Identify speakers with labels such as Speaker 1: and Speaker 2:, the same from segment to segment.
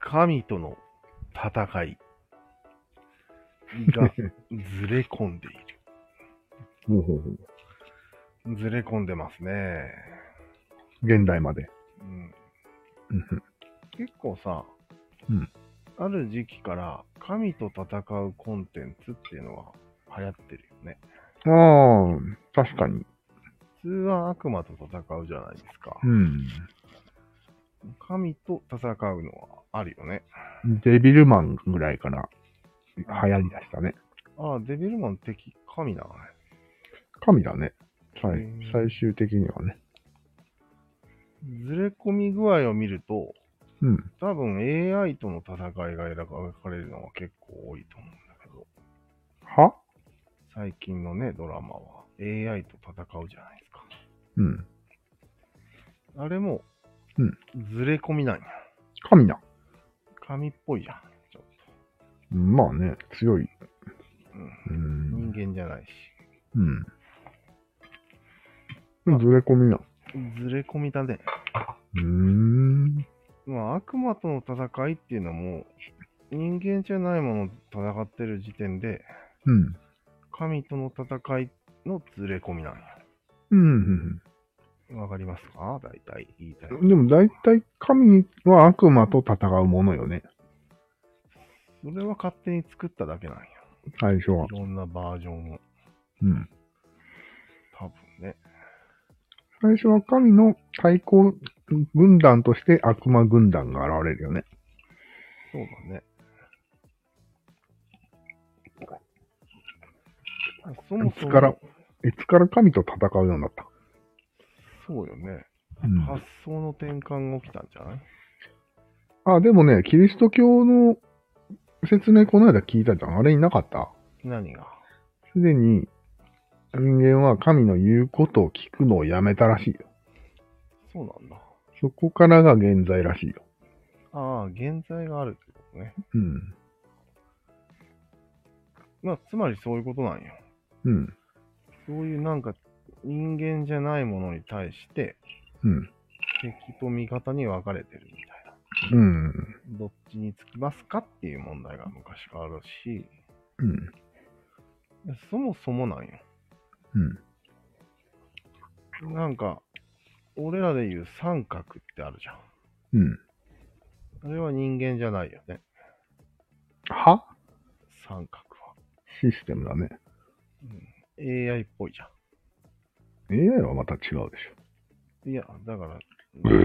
Speaker 1: 神との戦いがずれ込んでい
Speaker 2: ほうほうほう
Speaker 1: る。ずれ込んでますね。
Speaker 2: 現代まで。
Speaker 1: うん、
Speaker 2: うんうん
Speaker 1: 結構さ、
Speaker 2: うん
Speaker 1: ある時期から神と戦うコンテンツっていうのは流行ってるよね。
Speaker 2: ああ、確かに。
Speaker 1: 普通は悪魔と戦うじゃないですか
Speaker 2: う。ん。
Speaker 1: 神と戦うのはあるよね。
Speaker 2: デビルマンぐらいから流行りだしたね。
Speaker 1: ああ、デビルマン敵神なのね。
Speaker 2: 神だね。最
Speaker 1: へー
Speaker 2: 最終的にはね。
Speaker 1: ずれ込み具合を見ると、
Speaker 2: うん。
Speaker 1: 多分 AI との戦いが描かれるのは結構多いと思うんだけど、
Speaker 2: は
Speaker 1: 最近のね、ドラマは AI と戦うじゃないですか。
Speaker 2: うん。
Speaker 1: あれも、
Speaker 2: うん
Speaker 1: ずれ込みなんや。
Speaker 2: 神だ。
Speaker 1: 神っぽいじゃん。ちょっ
Speaker 2: うんまあね、強い。
Speaker 1: とうん人
Speaker 2: うん。
Speaker 1: 間じゃないし。
Speaker 2: うん。ずれ込みな。
Speaker 1: ずれ込みだね。
Speaker 2: うーん。
Speaker 1: まあ、悪魔との戦いっていうのも、人間じゃないものと戦ってる時点で、
Speaker 2: うん。
Speaker 1: 神との戦いのずれ込みなん
Speaker 2: うん。
Speaker 1: や。わかりますか大体言いたい。
Speaker 2: でも大体神は悪魔と戦うものよね。
Speaker 1: それは勝手に作っただけなんや。。
Speaker 2: 最初はい
Speaker 1: ろんなバージョンを。
Speaker 2: うん。
Speaker 1: 多分ね。
Speaker 2: 最初は神の対抗軍団として悪魔軍団が現れるよね。
Speaker 1: そうだね。そも
Speaker 2: い
Speaker 1: そ
Speaker 2: つ
Speaker 1: も、
Speaker 2: から、いつから神と戦うようになった。
Speaker 1: そうよね。
Speaker 2: うん
Speaker 1: 発想の転換が起きたんじゃない
Speaker 2: あ、でもね、キリスト教の説明この間聞いたじゃん。あれになかった
Speaker 1: 何が
Speaker 2: すでに人間は神の言うことを聞くのをやめたらしいよ。
Speaker 1: そうなんだ。
Speaker 2: そこからが現在らしいよ。
Speaker 1: ああ、現在があるってことね。
Speaker 2: うん。
Speaker 1: まあ、つまりそういうことなんよ。
Speaker 2: うん。
Speaker 1: そういうなんか、人間じゃないものに対して、
Speaker 2: うん。
Speaker 1: 敵と味方に分かれてるみたいな。
Speaker 2: うん。
Speaker 1: どっちにつきますかっていう問題が昔からあるし、
Speaker 2: うん。
Speaker 1: そもそもなんよ。
Speaker 2: うん。
Speaker 1: なんか、俺らで言う三角ってあるじゃん。
Speaker 2: うん。
Speaker 1: あれは人間じゃないよね。
Speaker 2: は
Speaker 1: 三角は。
Speaker 2: システムだね。
Speaker 1: AI っぽいじゃ
Speaker 2: AI はまた違うでし
Speaker 1: ん。いや、だから、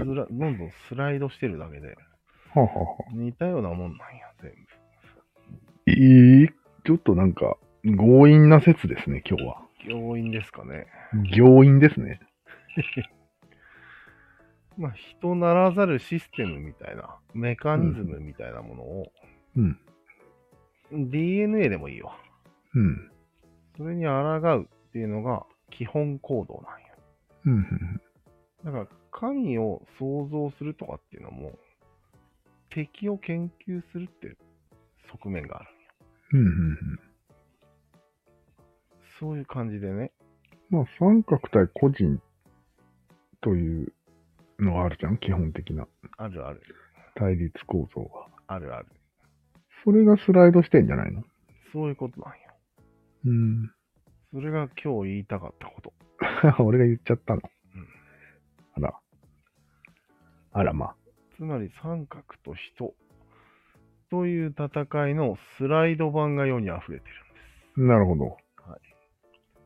Speaker 2: え
Speaker 1: ずらどんどんスライドしてるだけで、
Speaker 2: ょ。はあ、はあはあ、
Speaker 1: 似たようなもんなんや、全
Speaker 2: えー、ちょっとなんか強引な説ですね、今日は。
Speaker 1: 部。強引ですかね。
Speaker 2: 強引ですね。
Speaker 1: まあ、人ならざるシステムみたいな、メカニズムみたいなものを、
Speaker 2: うん。
Speaker 1: DNA でもいいよ。
Speaker 2: うん。
Speaker 1: それに抗うっていうのが基本行動なんや。
Speaker 2: うん。
Speaker 1: だから、神を想像するとかっていうのも、敵を研究するって側面がある。
Speaker 2: うん。うんうん。
Speaker 1: そういう感じでね。
Speaker 2: まあ、三角対個人というのがあるじゃん、基本的な
Speaker 1: あるある。
Speaker 2: 対立構造が。
Speaker 1: あるある。
Speaker 2: それがスライドしてんじゃないの
Speaker 1: そういうことなんよ。
Speaker 2: うん。
Speaker 1: それが今日言いたかったこと。
Speaker 2: 俺が言っちゃったの
Speaker 1: うん。
Speaker 2: あら。あら、まあ。
Speaker 1: つまり三角と人という戦いのスライド版が世に溢れてるん
Speaker 2: なるほど。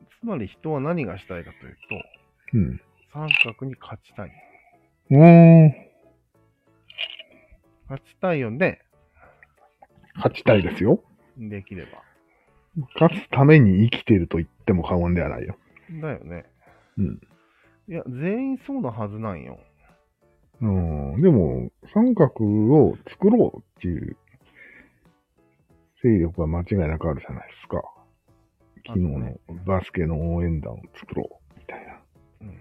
Speaker 1: です。つまり人は何がしたいかという
Speaker 2: うん。
Speaker 1: と、三角に勝ちたい。
Speaker 2: うーん。
Speaker 1: 勝ちたいよね。
Speaker 2: 勝ちたいですよ。
Speaker 1: できれば。
Speaker 2: 勝つために生きていると言っても過言ではないよ。
Speaker 1: だよね。
Speaker 2: うん。
Speaker 1: いや、全員そうなはずなんよ。
Speaker 2: うん。でも、三角を作ろうっていう勢力は間違いなくあるじゃないですか。昨日のバスケの応援団を作ろうみたいな。
Speaker 1: うん。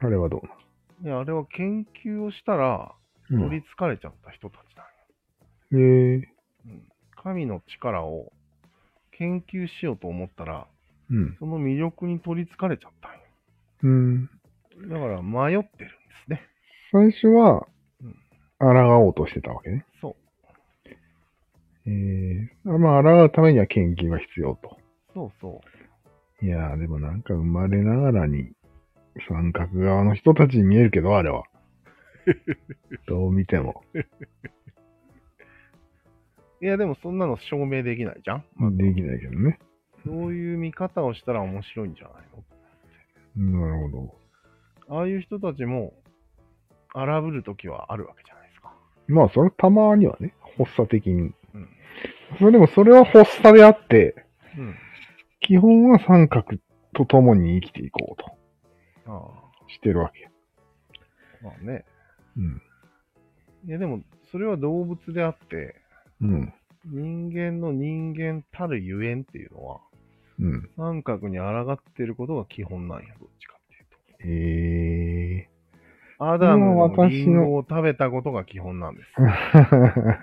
Speaker 2: あれはどう
Speaker 1: いや、あれは研究をしたら、
Speaker 2: なの、
Speaker 1: 取りつかれちゃった人たちなんよ。
Speaker 2: うん、へえ。
Speaker 1: 神の力を研究しようと思ったら、
Speaker 2: うん。
Speaker 1: その魅力に取りつかれちゃったんよ。
Speaker 2: うん。
Speaker 1: だから迷ってるんですね。
Speaker 2: 最初は
Speaker 1: うん、
Speaker 2: 抗おうとしてたわけね。
Speaker 1: そう。
Speaker 2: えー、まあ、抗うためには献金が必要と。
Speaker 1: そうそ
Speaker 2: いやー、でもなんか生まれながらに、三角側の人たちに見えるけど、あ れは。どう見ても。
Speaker 1: う。いや、でもそんなの証明できないじゃん
Speaker 2: まあ、できないけどね。
Speaker 1: そういう見方をしたら面白いんじゃないの
Speaker 2: なるほど。
Speaker 1: ああいう人たちも荒ぶる時はあるわけじゃないですか。
Speaker 2: まあ、それたまにはね、発作的に。
Speaker 1: うん
Speaker 2: それでも、それは発作であって、
Speaker 1: うん。
Speaker 2: 基本は三角と共に生きていこうと
Speaker 1: あ
Speaker 2: してるわけ。
Speaker 1: あ、まあね。
Speaker 2: うん。
Speaker 1: いやでも、それは動物であって、
Speaker 2: うん。
Speaker 1: 人間の人間たるゆえんっていうのは、
Speaker 2: うん。
Speaker 1: 三角に抗ってることが基本なんや、どっちかっていうと。
Speaker 2: ええ
Speaker 1: アダム
Speaker 2: それは
Speaker 1: の
Speaker 2: 私
Speaker 1: リ
Speaker 2: の
Speaker 1: ンゴを食べたことが基本なん です。
Speaker 2: ー。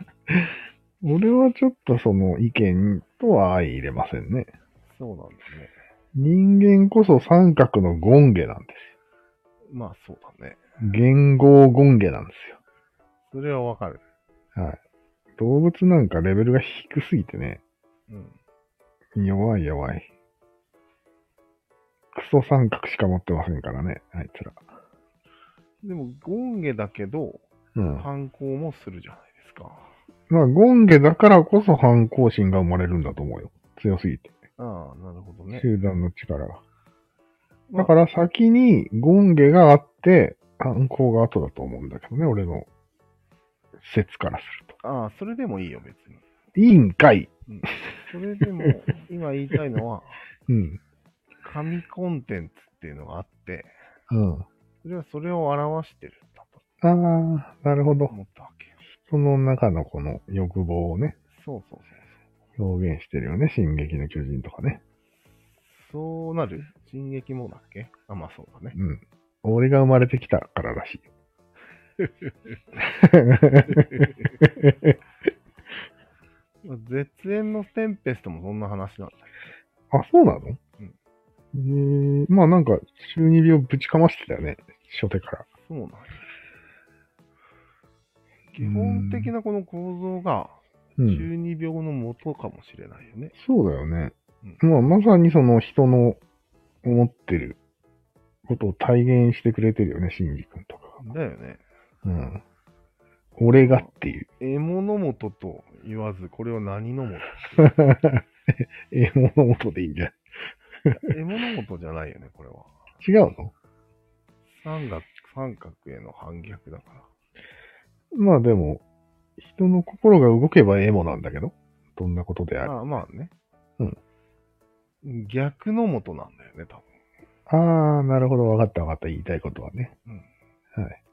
Speaker 2: 俺はちょっとその意見とは相入れませんね。
Speaker 1: そうなんですね。
Speaker 2: 人間こそ三角の権下なんで
Speaker 1: まあそうだね。
Speaker 2: す。言語権下なんですよ。
Speaker 1: それはわかる。
Speaker 2: はい。動物なんかレベルが低すぎてね、
Speaker 1: うん。
Speaker 2: 弱い弱い。クソ三角しか持ってませんからね、あいつら。
Speaker 1: でも、ゴンゲだけど、
Speaker 2: うん。
Speaker 1: 反抗もするじゃないですか。
Speaker 2: まあ、ゴンゲだからこそ反抗心が生まれるんだと思うよ。強すぎて。
Speaker 1: ああ、なるほどね。
Speaker 2: 集団の力が。
Speaker 1: まあ
Speaker 2: だから先にゴンゲがあって、反抗が後だと思うんだけどね、俺の説からする
Speaker 1: ああ、それでもいいよ、別に。
Speaker 2: と。いいんかい
Speaker 1: それでも、今言いたいのは、
Speaker 2: うん。
Speaker 1: 神コンテンツっていうのがあって、
Speaker 2: うん。
Speaker 1: それはそれを表してるんだと
Speaker 2: ああ、なるほど。
Speaker 1: 思ったわけよ。
Speaker 2: その中のこの欲望をね、
Speaker 1: そうそうそう
Speaker 2: 表現してるよね。進撃の巨人とかね。
Speaker 1: そう。そうなる進撃もだっけあ、まあそうだね。
Speaker 2: うん。俺が生まれてきたかららしい。
Speaker 1: まあ絶縁のテンペストもそんな話なんだ
Speaker 2: あ、そうなのうん。えー、まあなんか、中二病ぶちかましてたよね。初手から。
Speaker 1: そうなんや基本的なこの構造が
Speaker 2: うん。
Speaker 1: 中二病の元かもしれないよね。
Speaker 2: そうだよね。まあまさにその人の思ってることを体現してくれてるよね、シンジ君とか
Speaker 1: だよね。
Speaker 2: が。うん。俺がっていう。
Speaker 1: 獲物元と言わず、これを何の元
Speaker 2: え、物元でいいんじゃん。
Speaker 1: 獲物元じゃないよね、これは。
Speaker 2: 違うの
Speaker 1: 三角、三角への反逆だから。
Speaker 2: まあでも、人の心が動けばエモなんだけど、どんなことであれ。
Speaker 1: まあまあね。うん。逆の元なんだよね、多分。
Speaker 2: ああ、なるほど、わかったわかった、言いたいことはね。
Speaker 1: うん
Speaker 2: はい。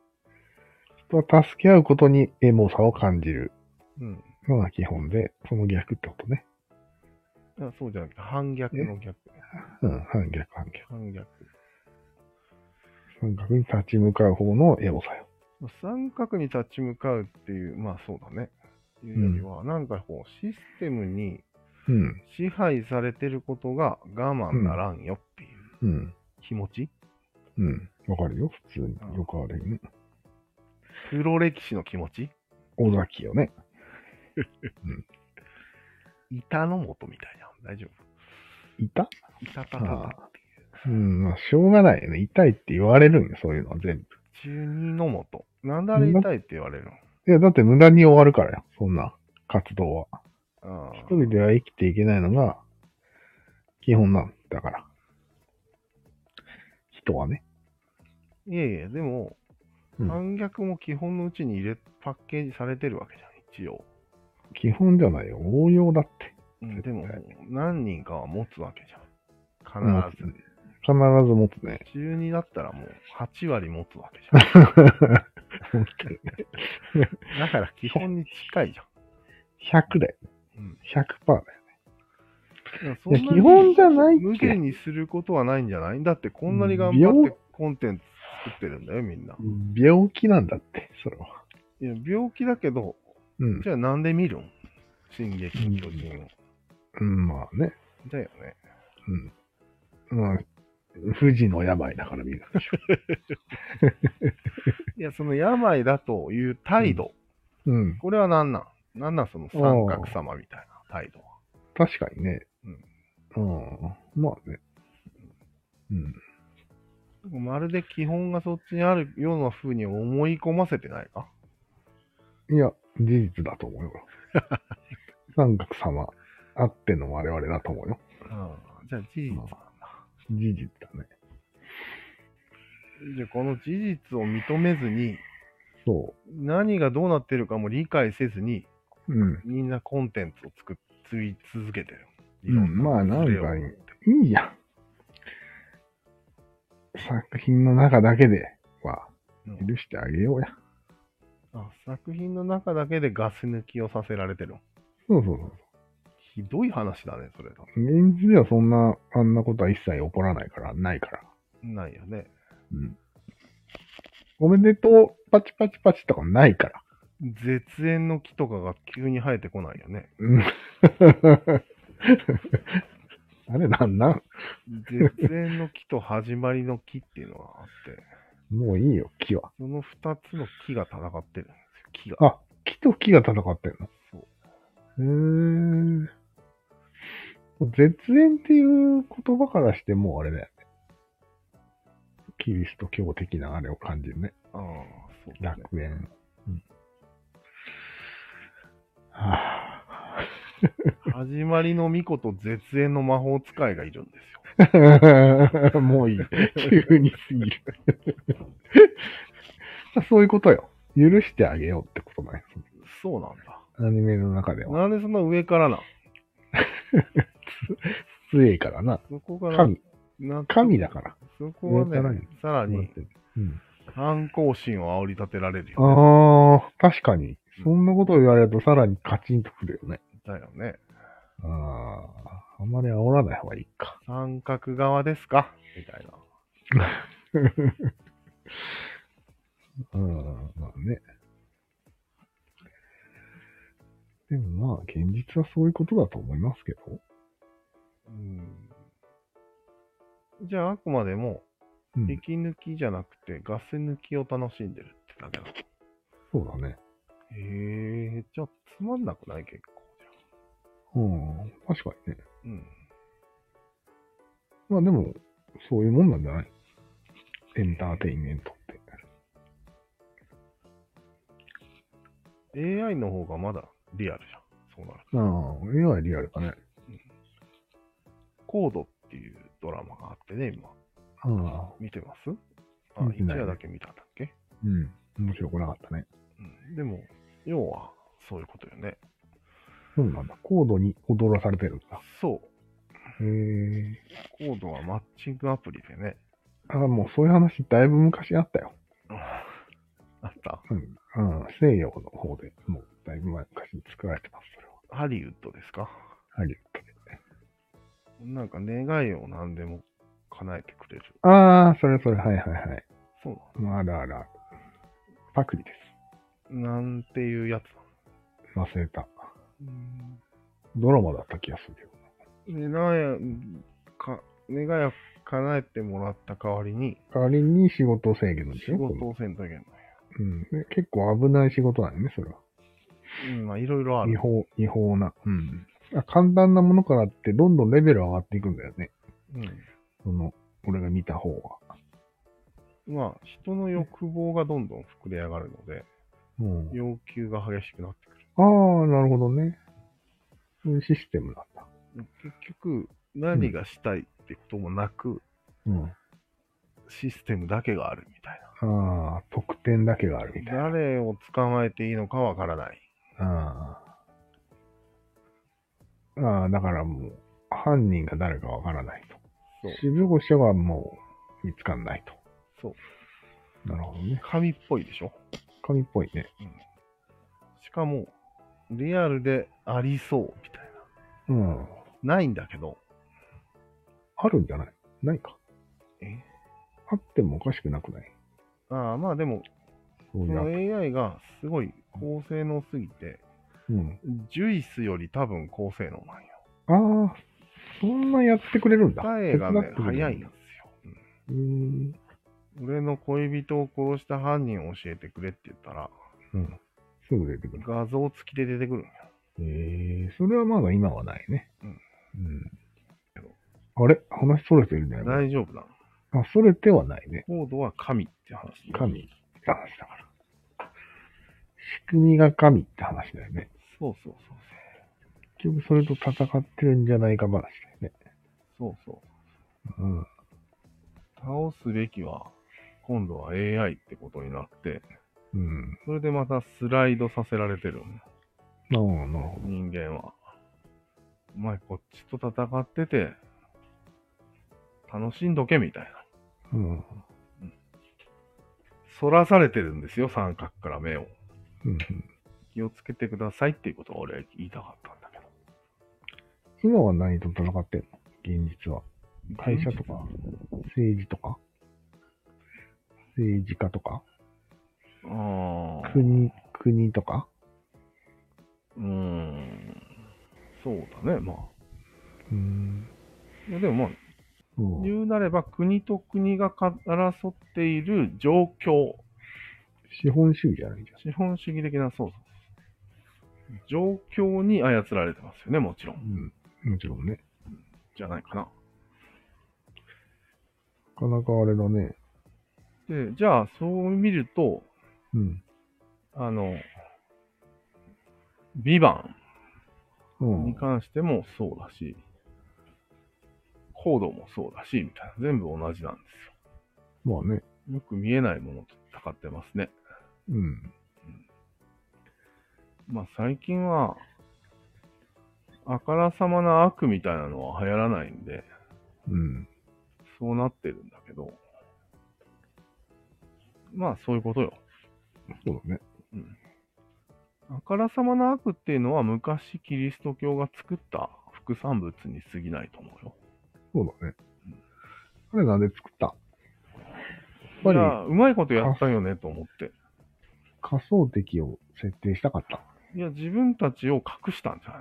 Speaker 2: 人は助け合うことにエモさを感じる
Speaker 1: うん。
Speaker 2: のが基本で、その逆ってことね。
Speaker 1: だからそうじゃなくて、反逆の逆。
Speaker 2: うん、反逆反逆。
Speaker 1: 反逆。
Speaker 2: 三角に立ち向かう方のエモさよ。
Speaker 1: まあ三角に立ち向かうっていう、まあそうだね。いうよりは、なんかこう、システムに
Speaker 2: うん、
Speaker 1: 支配されてることが我慢ならんよっていう
Speaker 2: うん、
Speaker 1: 気持ち、
Speaker 2: うん。わかるよ、普通
Speaker 1: うん
Speaker 2: に。よくあるよね。
Speaker 1: 黒歴史の気持ち
Speaker 2: 尾崎よね。
Speaker 1: 板の元みたいな。大丈
Speaker 2: いた
Speaker 1: 夫。板たた
Speaker 2: あ
Speaker 1: た
Speaker 2: あ。うん、まあ、しょうがないよね。痛いって言われるんよ、そういうのは全部。
Speaker 1: 中二の元。なんであれ痛いって言われるの
Speaker 2: いや、だって無駄に終わるからよ、そんな活動は。
Speaker 1: ああ
Speaker 2: 一人では生きていけないのが、基本なんだから。人はね。
Speaker 1: いやいや、でも、
Speaker 2: うん
Speaker 1: 反逆も基本のうちに入れ、パッケージされてるわけじゃん、一応。
Speaker 2: 基本じゃないよ。応用だって。
Speaker 1: でも
Speaker 2: 絶、
Speaker 1: 何人かは持つわけじゃん。必ず。
Speaker 2: 必ず持つね。
Speaker 1: 中2だったらもう8割持つわけじゃ ん。
Speaker 2: 持ってる
Speaker 1: だから基本に近いじゃん。
Speaker 2: 100だよ。
Speaker 1: うん
Speaker 2: 100%だよ。
Speaker 1: そんなに
Speaker 2: いや基本じゃないって
Speaker 1: 無限にすることはないんじゃないだってこんなに頑張ってコンテンツ作ってるんだよ、みんな。
Speaker 2: 病気なんだって、それは。
Speaker 1: いや、病気だけど、
Speaker 2: うん。
Speaker 1: じゃあなんで見るん進撃の巨人を。
Speaker 2: うん、まあね。
Speaker 1: だよね。
Speaker 2: うん。まあ、富士の病だから見る。
Speaker 1: いや、その病だという態度
Speaker 2: うん。
Speaker 1: これは何なん何なんその三角様みたいな態度は。
Speaker 2: 確かにね。うん。まあね。うん。
Speaker 1: まるで基本がそっちにあるような風に思い込ませてないか
Speaker 2: いや、事実だと思う よ。三角様あっての我々だと思うよ。
Speaker 1: うん。じゃあ事実なんだ。
Speaker 2: 事実だね。
Speaker 1: じゃあこの事実を認めずに、
Speaker 2: そ
Speaker 1: 何がどうなってるかも理解せずに、
Speaker 2: う。うん。
Speaker 1: みんなコンテンツを作っつい続けてる。
Speaker 2: うんまあなんか
Speaker 1: それを
Speaker 2: いいや。作品の中だけでは
Speaker 1: うん
Speaker 2: 許してあげようや。
Speaker 1: あ作品の中だけでガス抜きをさせられてる。
Speaker 2: そうそうそう。
Speaker 1: ひどい話だね、それだ。
Speaker 2: 現実ではそんな、あんなことは一切起こらないから、ないから。
Speaker 1: ないよね。
Speaker 2: うん。おめでとう、パチパチパチとかないから。
Speaker 1: 絶縁の木とかが急に生えてこないよね。
Speaker 2: うん あれなんなん
Speaker 1: 絶縁の木と始まりの木っていうのがあって、
Speaker 2: もういいよ、木は。
Speaker 1: その二つの木が戦ってるんですよ、木が。
Speaker 2: あ、木と木が戦ってん
Speaker 1: そう
Speaker 2: の。へえ。絶縁っていう言葉からしてもうあれだよね。キリスト教的なあれを感じるね。
Speaker 1: ああ、そうだね。
Speaker 2: 楽園。うんはあ、
Speaker 1: 始まりの巫女と絶縁の魔法使いがいるんですよ。
Speaker 2: もういい。急にすぎる。 そういうことよ。許してあげようってことだよ。
Speaker 1: そうなんだ。
Speaker 2: アニメの中で
Speaker 1: な
Speaker 2: は。
Speaker 1: んでそんな上からな。
Speaker 2: 強いからな。
Speaker 1: そこから、
Speaker 2: 神。
Speaker 1: な
Speaker 2: 神だから。
Speaker 1: そこは
Speaker 2: 上から
Speaker 1: ね
Speaker 2: に、
Speaker 1: さらに
Speaker 2: うん、
Speaker 1: 反抗心を煽り立てられるよ、ね。
Speaker 2: ああ、確かに。そんなことを言われるとさらにカチンとくるよね。
Speaker 1: だよね。
Speaker 2: ああ、あんまり煽らない方がいいか。
Speaker 1: 三角側ですかみたいな。
Speaker 2: うん、まあね。でもまあ、現実はそういうことだと思いますけど。
Speaker 1: うんじゃあ、あくまでも、
Speaker 2: うん、
Speaker 1: 息抜きじゃなくて、ガス抜きを楽しんでるってだけなの。
Speaker 2: そうだね。
Speaker 1: へえ、じゃあ、つまんなくない結構じ
Speaker 2: うん、確かにね。
Speaker 1: ゃん。うん。
Speaker 2: まあでも、そういうもんなんじゃないエンターテインメントって。
Speaker 1: AI の方がまだリアルじゃん。そうなると。
Speaker 2: ああ、AI リアルだね。
Speaker 1: コードっていうドラマがあってね、今。
Speaker 2: ああ、
Speaker 1: 見てますあ、
Speaker 2: 見て
Speaker 1: 一
Speaker 2: ない
Speaker 1: 夜だけ見たんだっけ
Speaker 2: うん。面白くなかったね。
Speaker 1: うん。でも、要は、そういうことよね。
Speaker 2: そうなんだ。コードに踊らされてるんだ。
Speaker 1: そう。
Speaker 2: へえ。
Speaker 1: コードはマッチングアプリでね。
Speaker 2: ああ、もうそういう話だいぶ昔あったよ。
Speaker 1: あった。
Speaker 2: うん。うん、西洋の方でもうだいぶ前昔に作られてます、それは。
Speaker 1: ハリウッドですか
Speaker 2: ハリウッ
Speaker 1: なんか願いを何でも叶えてくれる。
Speaker 2: ドで。ああ、それそれ、はいはいはい。
Speaker 1: そう
Speaker 2: まあ、あるあるある。パクリです。
Speaker 1: なのなんていうやつ
Speaker 2: 忘れた。
Speaker 1: なの
Speaker 2: ドラマだった気がするけど。
Speaker 1: 願いか、願いを叶えてもらった代わりに、
Speaker 2: 代わりに仕事を制限の
Speaker 1: 仕事をせんといけない。
Speaker 2: うん。で結構危ない仕事なんよね、それは。
Speaker 1: うん、まあいろいろあ
Speaker 2: 違
Speaker 1: る。
Speaker 2: 法、違法な。うん。簡単なものからって、どんどんレベル上がっていくんだよね。
Speaker 1: う
Speaker 2: その、俺が見た方は。
Speaker 1: ん、まあ人の欲望がどんどん膨れ上がるので、
Speaker 2: うん。
Speaker 1: 要求が激しくなってくる。
Speaker 2: ああ、なるほどね。そういうシステムなんだ。
Speaker 1: 結局、何がしたいってこともなく、
Speaker 2: うん。
Speaker 1: システムだけがあるみたいな。
Speaker 2: ああ、得点だけがあるみたいな。
Speaker 1: 誰を捕まえていいのかわからない。
Speaker 2: ああ。ああ、だからもう、犯人が誰かわからないと。
Speaker 1: そう
Speaker 2: 死亡者はもう、見つかんないと。
Speaker 1: そう。
Speaker 2: なるほどね。
Speaker 1: 紙っぽいでしょ
Speaker 2: 神っぽいね。
Speaker 1: しかも、リアルでありそうみたい
Speaker 2: うん。
Speaker 1: な。ないんだけど、
Speaker 2: あるんじゃないないか。
Speaker 1: え
Speaker 2: あってもおかしくなくない
Speaker 1: ああまあでも、
Speaker 2: そう
Speaker 1: そ
Speaker 2: いう
Speaker 1: の
Speaker 2: アプ
Speaker 1: AI がすごい高性能すぎて、
Speaker 2: リうん。
Speaker 1: ジュイスより多分高性能なんよ。
Speaker 2: ああ、そんなやってくれるんだ。
Speaker 1: 答えがね、
Speaker 2: 手伝ってくれる
Speaker 1: 早いん
Speaker 2: ん
Speaker 1: です
Speaker 2: だ
Speaker 1: よ。うん
Speaker 2: うーん。
Speaker 1: 俺の恋人を殺した犯人を教えてくれって言ったら、
Speaker 2: うんすぐ出てくる。
Speaker 1: 画像付きで出てくるんや。
Speaker 2: えー、それはまだ今はないね。
Speaker 1: うん
Speaker 2: うん。あれ話それてるね。
Speaker 1: 大丈夫なの
Speaker 2: あ、それてはないね。
Speaker 1: コードは神って話。
Speaker 2: 神って話だから。仕組みが神って話だよね。
Speaker 1: そうそうそう
Speaker 2: 結局それと戦ってるんじゃないか話だよね。
Speaker 1: そう。そうそう。
Speaker 2: うん。
Speaker 1: 倒すべきは、今度は AI ってことになって、
Speaker 2: うん。
Speaker 1: それでまたスライドさせられてるんだ
Speaker 2: なるほど、なるほど。
Speaker 1: 人間は。お前こっちと戦ってて、楽しんどけみたいな。
Speaker 2: うん。
Speaker 1: 反らされてるんですよ、三角から目を。
Speaker 2: うん、
Speaker 1: 気をつけてくださいっていうことを俺は言いたかったんだけど。
Speaker 2: 今は何と戦ってんの現実は。会社とか、政治とか、政治家とか、
Speaker 1: ああ。
Speaker 2: 国、国とか、
Speaker 1: うーん。そうだね、まあ。
Speaker 2: うん。
Speaker 1: いやでもまあ、
Speaker 2: そう
Speaker 1: 言うなれば国と国がか争っている状況。
Speaker 2: 資本主義じゃないじゃん。
Speaker 1: 資本主義的な、そうそう。状況に操られてますよね、もちろん。
Speaker 2: うん。もちろんね。
Speaker 1: じゃないかな。
Speaker 2: なかなかあれだね。
Speaker 1: で、じゃあ、そう見ると、
Speaker 2: うん。
Speaker 1: あの、ビバ
Speaker 2: う
Speaker 1: ンに
Speaker 2: ん。
Speaker 1: 関してもそうだし、コードもそうだし、みたいな。全部同じなんで
Speaker 2: まあね。
Speaker 1: すよ。よく見えないものと戦ってますね。
Speaker 2: うん。
Speaker 1: まあ最近は、あからさまな悪みたいなのは流行らないんで、
Speaker 2: うん。
Speaker 1: そうなってるんだけど、まあそういうことよ。
Speaker 2: そうだね。
Speaker 1: あからさまな悪っていうのは昔キリスト教が作った副産物に過ぎないと思うよ。
Speaker 2: そうだね。あれなんで作ったやっ
Speaker 1: い
Speaker 2: ぱり
Speaker 1: や、うまいことやったよねと思って。
Speaker 2: 仮想敵を設定したかった。
Speaker 1: いや、自分たちを隠したんじゃない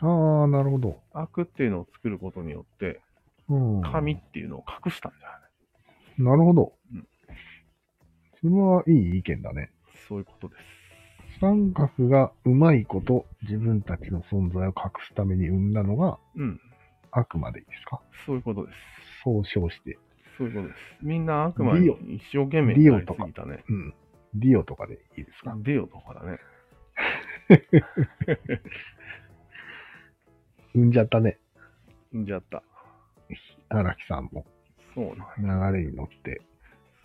Speaker 2: ああ、なるほど。
Speaker 1: 悪っていうのを作ることによって、
Speaker 2: うん。
Speaker 1: 神っていうのを隠したんじゃない
Speaker 2: なるほど
Speaker 1: うん。
Speaker 2: それはいい意見だね。
Speaker 1: そういうことです。
Speaker 2: 三角がうまいこと自分たちの存在を隠すために生んだのが
Speaker 1: うん、
Speaker 2: 悪魔でいいですか
Speaker 1: そういうことです。
Speaker 2: 総称して。
Speaker 1: そういうことです。みんな悪魔に
Speaker 2: ディ
Speaker 1: 一生懸命になりすぎたね。
Speaker 2: うん。ディオとかでいいですか
Speaker 1: ディオとかだね。
Speaker 2: 生んじゃったね。
Speaker 1: 死んじゃった。
Speaker 2: 荒木さんも
Speaker 1: そうなんや
Speaker 2: 流れに乗って、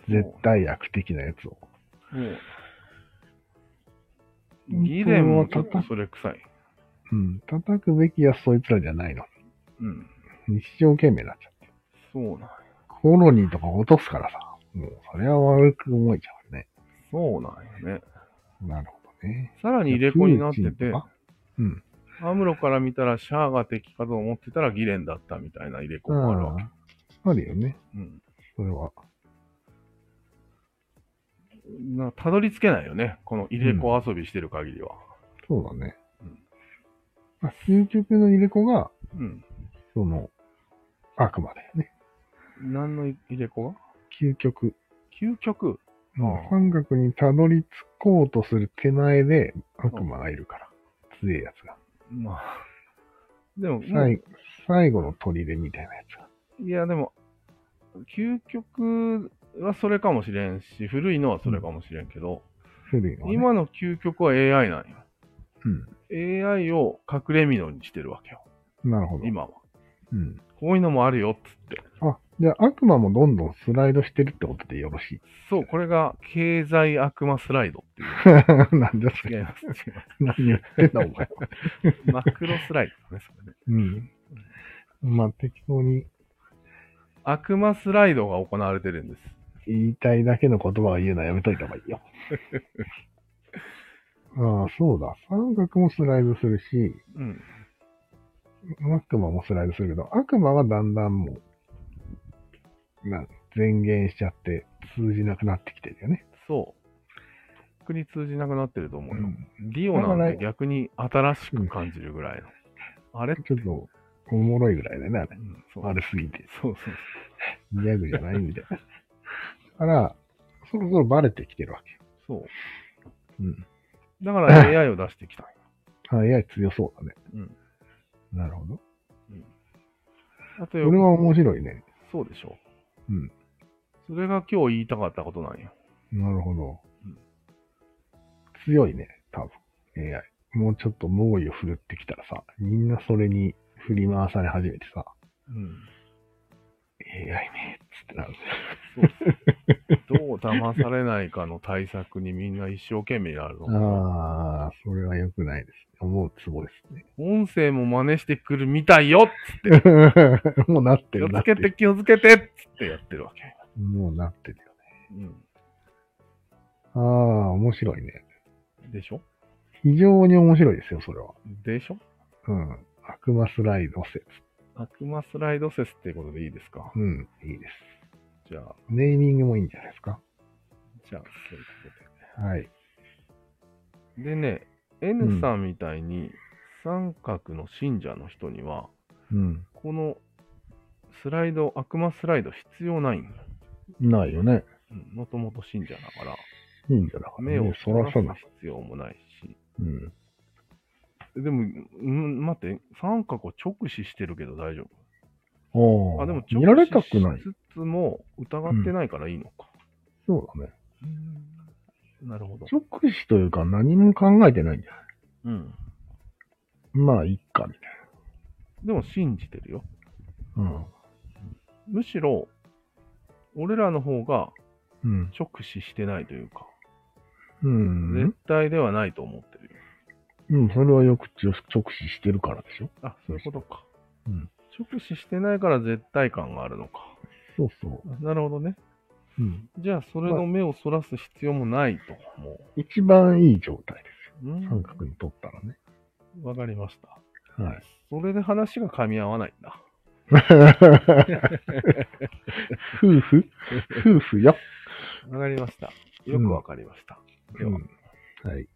Speaker 2: 絶対悪的なやつを。
Speaker 1: も
Speaker 2: 当は
Speaker 1: う。ギレンもちょっとそれ臭い。
Speaker 2: うん。叩くべきはそいつらじゃないの。
Speaker 1: うん。
Speaker 2: 一生懸命になっちゃって。
Speaker 1: そうなんや
Speaker 2: コロニーとか落とすからさ。もう、それは悪く思えちゃうね。
Speaker 1: そうなんやね。
Speaker 2: なるほどね。
Speaker 1: さらに入れ子になって
Speaker 2: プーチン
Speaker 1: て
Speaker 2: と、かうん。
Speaker 1: アムロから見たらシャアが敵かと思ってたらギレンだったみたいな入れ子もあるわ
Speaker 2: あ
Speaker 1: け。
Speaker 2: あ、あるよね。
Speaker 1: うん。
Speaker 2: それは。
Speaker 1: なたどり着けないよね。この入れ子遊びしてる限りは。
Speaker 2: そうだね。
Speaker 1: うん
Speaker 2: まあ、究極の入れ子が、
Speaker 1: うん。
Speaker 2: その、悪魔だよね。
Speaker 1: 何の入れ子が
Speaker 2: 究極。
Speaker 1: 究極。ああ
Speaker 2: 三角にたどり着こうとする手前で悪魔がいるから。強いやつが。
Speaker 1: まあ。でも、もう
Speaker 2: 最最後の砦みたいなやつが。
Speaker 1: いや、でも、究極はそれかもしれんし、古いのはそれかもしれんけど、
Speaker 2: 古いのは、ね。
Speaker 1: 今の究極は AI なんよ。
Speaker 2: う
Speaker 1: AI を隠れ蓑にしてるわけよ。
Speaker 2: ん。なるほど。
Speaker 1: 今は。
Speaker 2: うん。
Speaker 1: こういうのもあるよっつって。
Speaker 2: あ、じゃあ悪魔もどんどんスライドしてるってことでよろしい。
Speaker 1: そう、これが経済悪魔スライドっていう。
Speaker 2: なんじゃそ
Speaker 1: 違い
Speaker 2: れ。
Speaker 1: ます。違いま
Speaker 2: 何 言ってんだお前は。
Speaker 1: す。マクロスライドね、それね。
Speaker 2: うん。まあ適当に
Speaker 1: 悪魔スライドが行われてるんです。
Speaker 2: 言いたいだけの言葉は言うのはやめといた方がい いよ。ああ、そうだ。三角もスライドするし、
Speaker 1: うん。
Speaker 2: 悪魔もスライドするけど、悪魔はだんだんもう、なん前言しちゃって通じなくなってきてるよね。
Speaker 1: そう。国通じなくなってると思うよ。
Speaker 2: うん
Speaker 1: ディオなんて逆に新しく感じるぐらいの。あれ
Speaker 2: ちょっと、おもろいぐらいだよね、あれ
Speaker 1: う。ん、そう。
Speaker 2: 悪すぎて。
Speaker 1: そうそう
Speaker 2: ギャグじゃないみたいな。だから、そろそろバレてきてるわけ。
Speaker 1: そう。
Speaker 2: うん。
Speaker 1: だから AI を出してきたんよ。
Speaker 2: あ、AI 強そうだね。
Speaker 1: うん。
Speaker 2: なるほど。
Speaker 1: あと
Speaker 2: そ
Speaker 1: よ
Speaker 2: れは面白いね。
Speaker 1: そうでしょ。
Speaker 2: うん。
Speaker 1: それが今日言いたかったことなんよ。
Speaker 2: なるほど
Speaker 1: うん。
Speaker 2: 強いね、多分。AI。もうちょっと猛威を振るってきたらさ、みんなそれに振り回され始めてさ、
Speaker 1: うん。
Speaker 2: AI ね、つってなるんだよ。
Speaker 1: そうそうどう騙されないかの対策にみんな一生懸命やるの。
Speaker 2: ああ、それは良くないですね。思うツ ボですね。
Speaker 1: 音声も真似してくるみたいよっつ って。
Speaker 2: もうなって
Speaker 1: 気を
Speaker 2: るな
Speaker 1: つ
Speaker 2: って
Speaker 1: け
Speaker 2: る
Speaker 1: て気をつけてっつってやってるわけ。
Speaker 2: もうなってるよね。
Speaker 1: う
Speaker 2: ああ、面白いね。
Speaker 1: ん。でしょ
Speaker 2: 非常に面白いですよ、それは。
Speaker 1: でしょ
Speaker 2: うん。悪魔スライド説。
Speaker 1: 悪魔スライド説っていうことでいいですか
Speaker 2: うん、いいです。
Speaker 1: じゃあ、
Speaker 2: ネーミングもいいんじゃないですか。
Speaker 1: じゃあ、そういうことで。
Speaker 2: はい。
Speaker 1: でね、N さんみたいに三角の信者の人には、
Speaker 2: うん。
Speaker 1: このスライド、悪魔スライド必要ないんよ
Speaker 2: ないよね。
Speaker 1: うんもともと信者だから、
Speaker 2: いいんじゃなか
Speaker 1: 目を
Speaker 2: そらさ
Speaker 1: 凝
Speaker 2: な
Speaker 1: ら
Speaker 2: い。
Speaker 1: す必要もないし。
Speaker 2: うん。
Speaker 1: でも、うん待って、三角を直視してるけど大丈
Speaker 2: あ
Speaker 1: 夫。
Speaker 2: あ、
Speaker 1: あ、でも直視
Speaker 2: 見られたくない
Speaker 1: し。つつも疑ってないからいいのか。
Speaker 2: そうだね。
Speaker 1: なるほど。
Speaker 2: 直視というか何も考えてないんじゃない
Speaker 1: うん。
Speaker 2: まあ、いっか、みたい
Speaker 1: でも信じてるよ。
Speaker 2: な。
Speaker 1: むしろ、俺らの方が
Speaker 2: うん。
Speaker 1: 直視してないというか、
Speaker 2: うん。うん
Speaker 1: 絶。対ではないと思ってるよ。
Speaker 2: うん、それはよく直視してるからでしょ。
Speaker 1: あ、そういうことか。
Speaker 2: うん
Speaker 1: 直視してないから絶対感があるのか。
Speaker 2: そうそう。
Speaker 1: あなるほどね。
Speaker 2: うん。
Speaker 1: じゃあ、それの目をそらす必要もないと。も
Speaker 2: 一番いい状態で
Speaker 1: う。う
Speaker 2: す。三角にとったらね。
Speaker 1: んわかりました。
Speaker 2: はい。
Speaker 1: それで話が噛み合わないんだ。
Speaker 2: 夫婦夫婦よ。
Speaker 1: わかりました。よくわかりました。では、
Speaker 2: うんはい。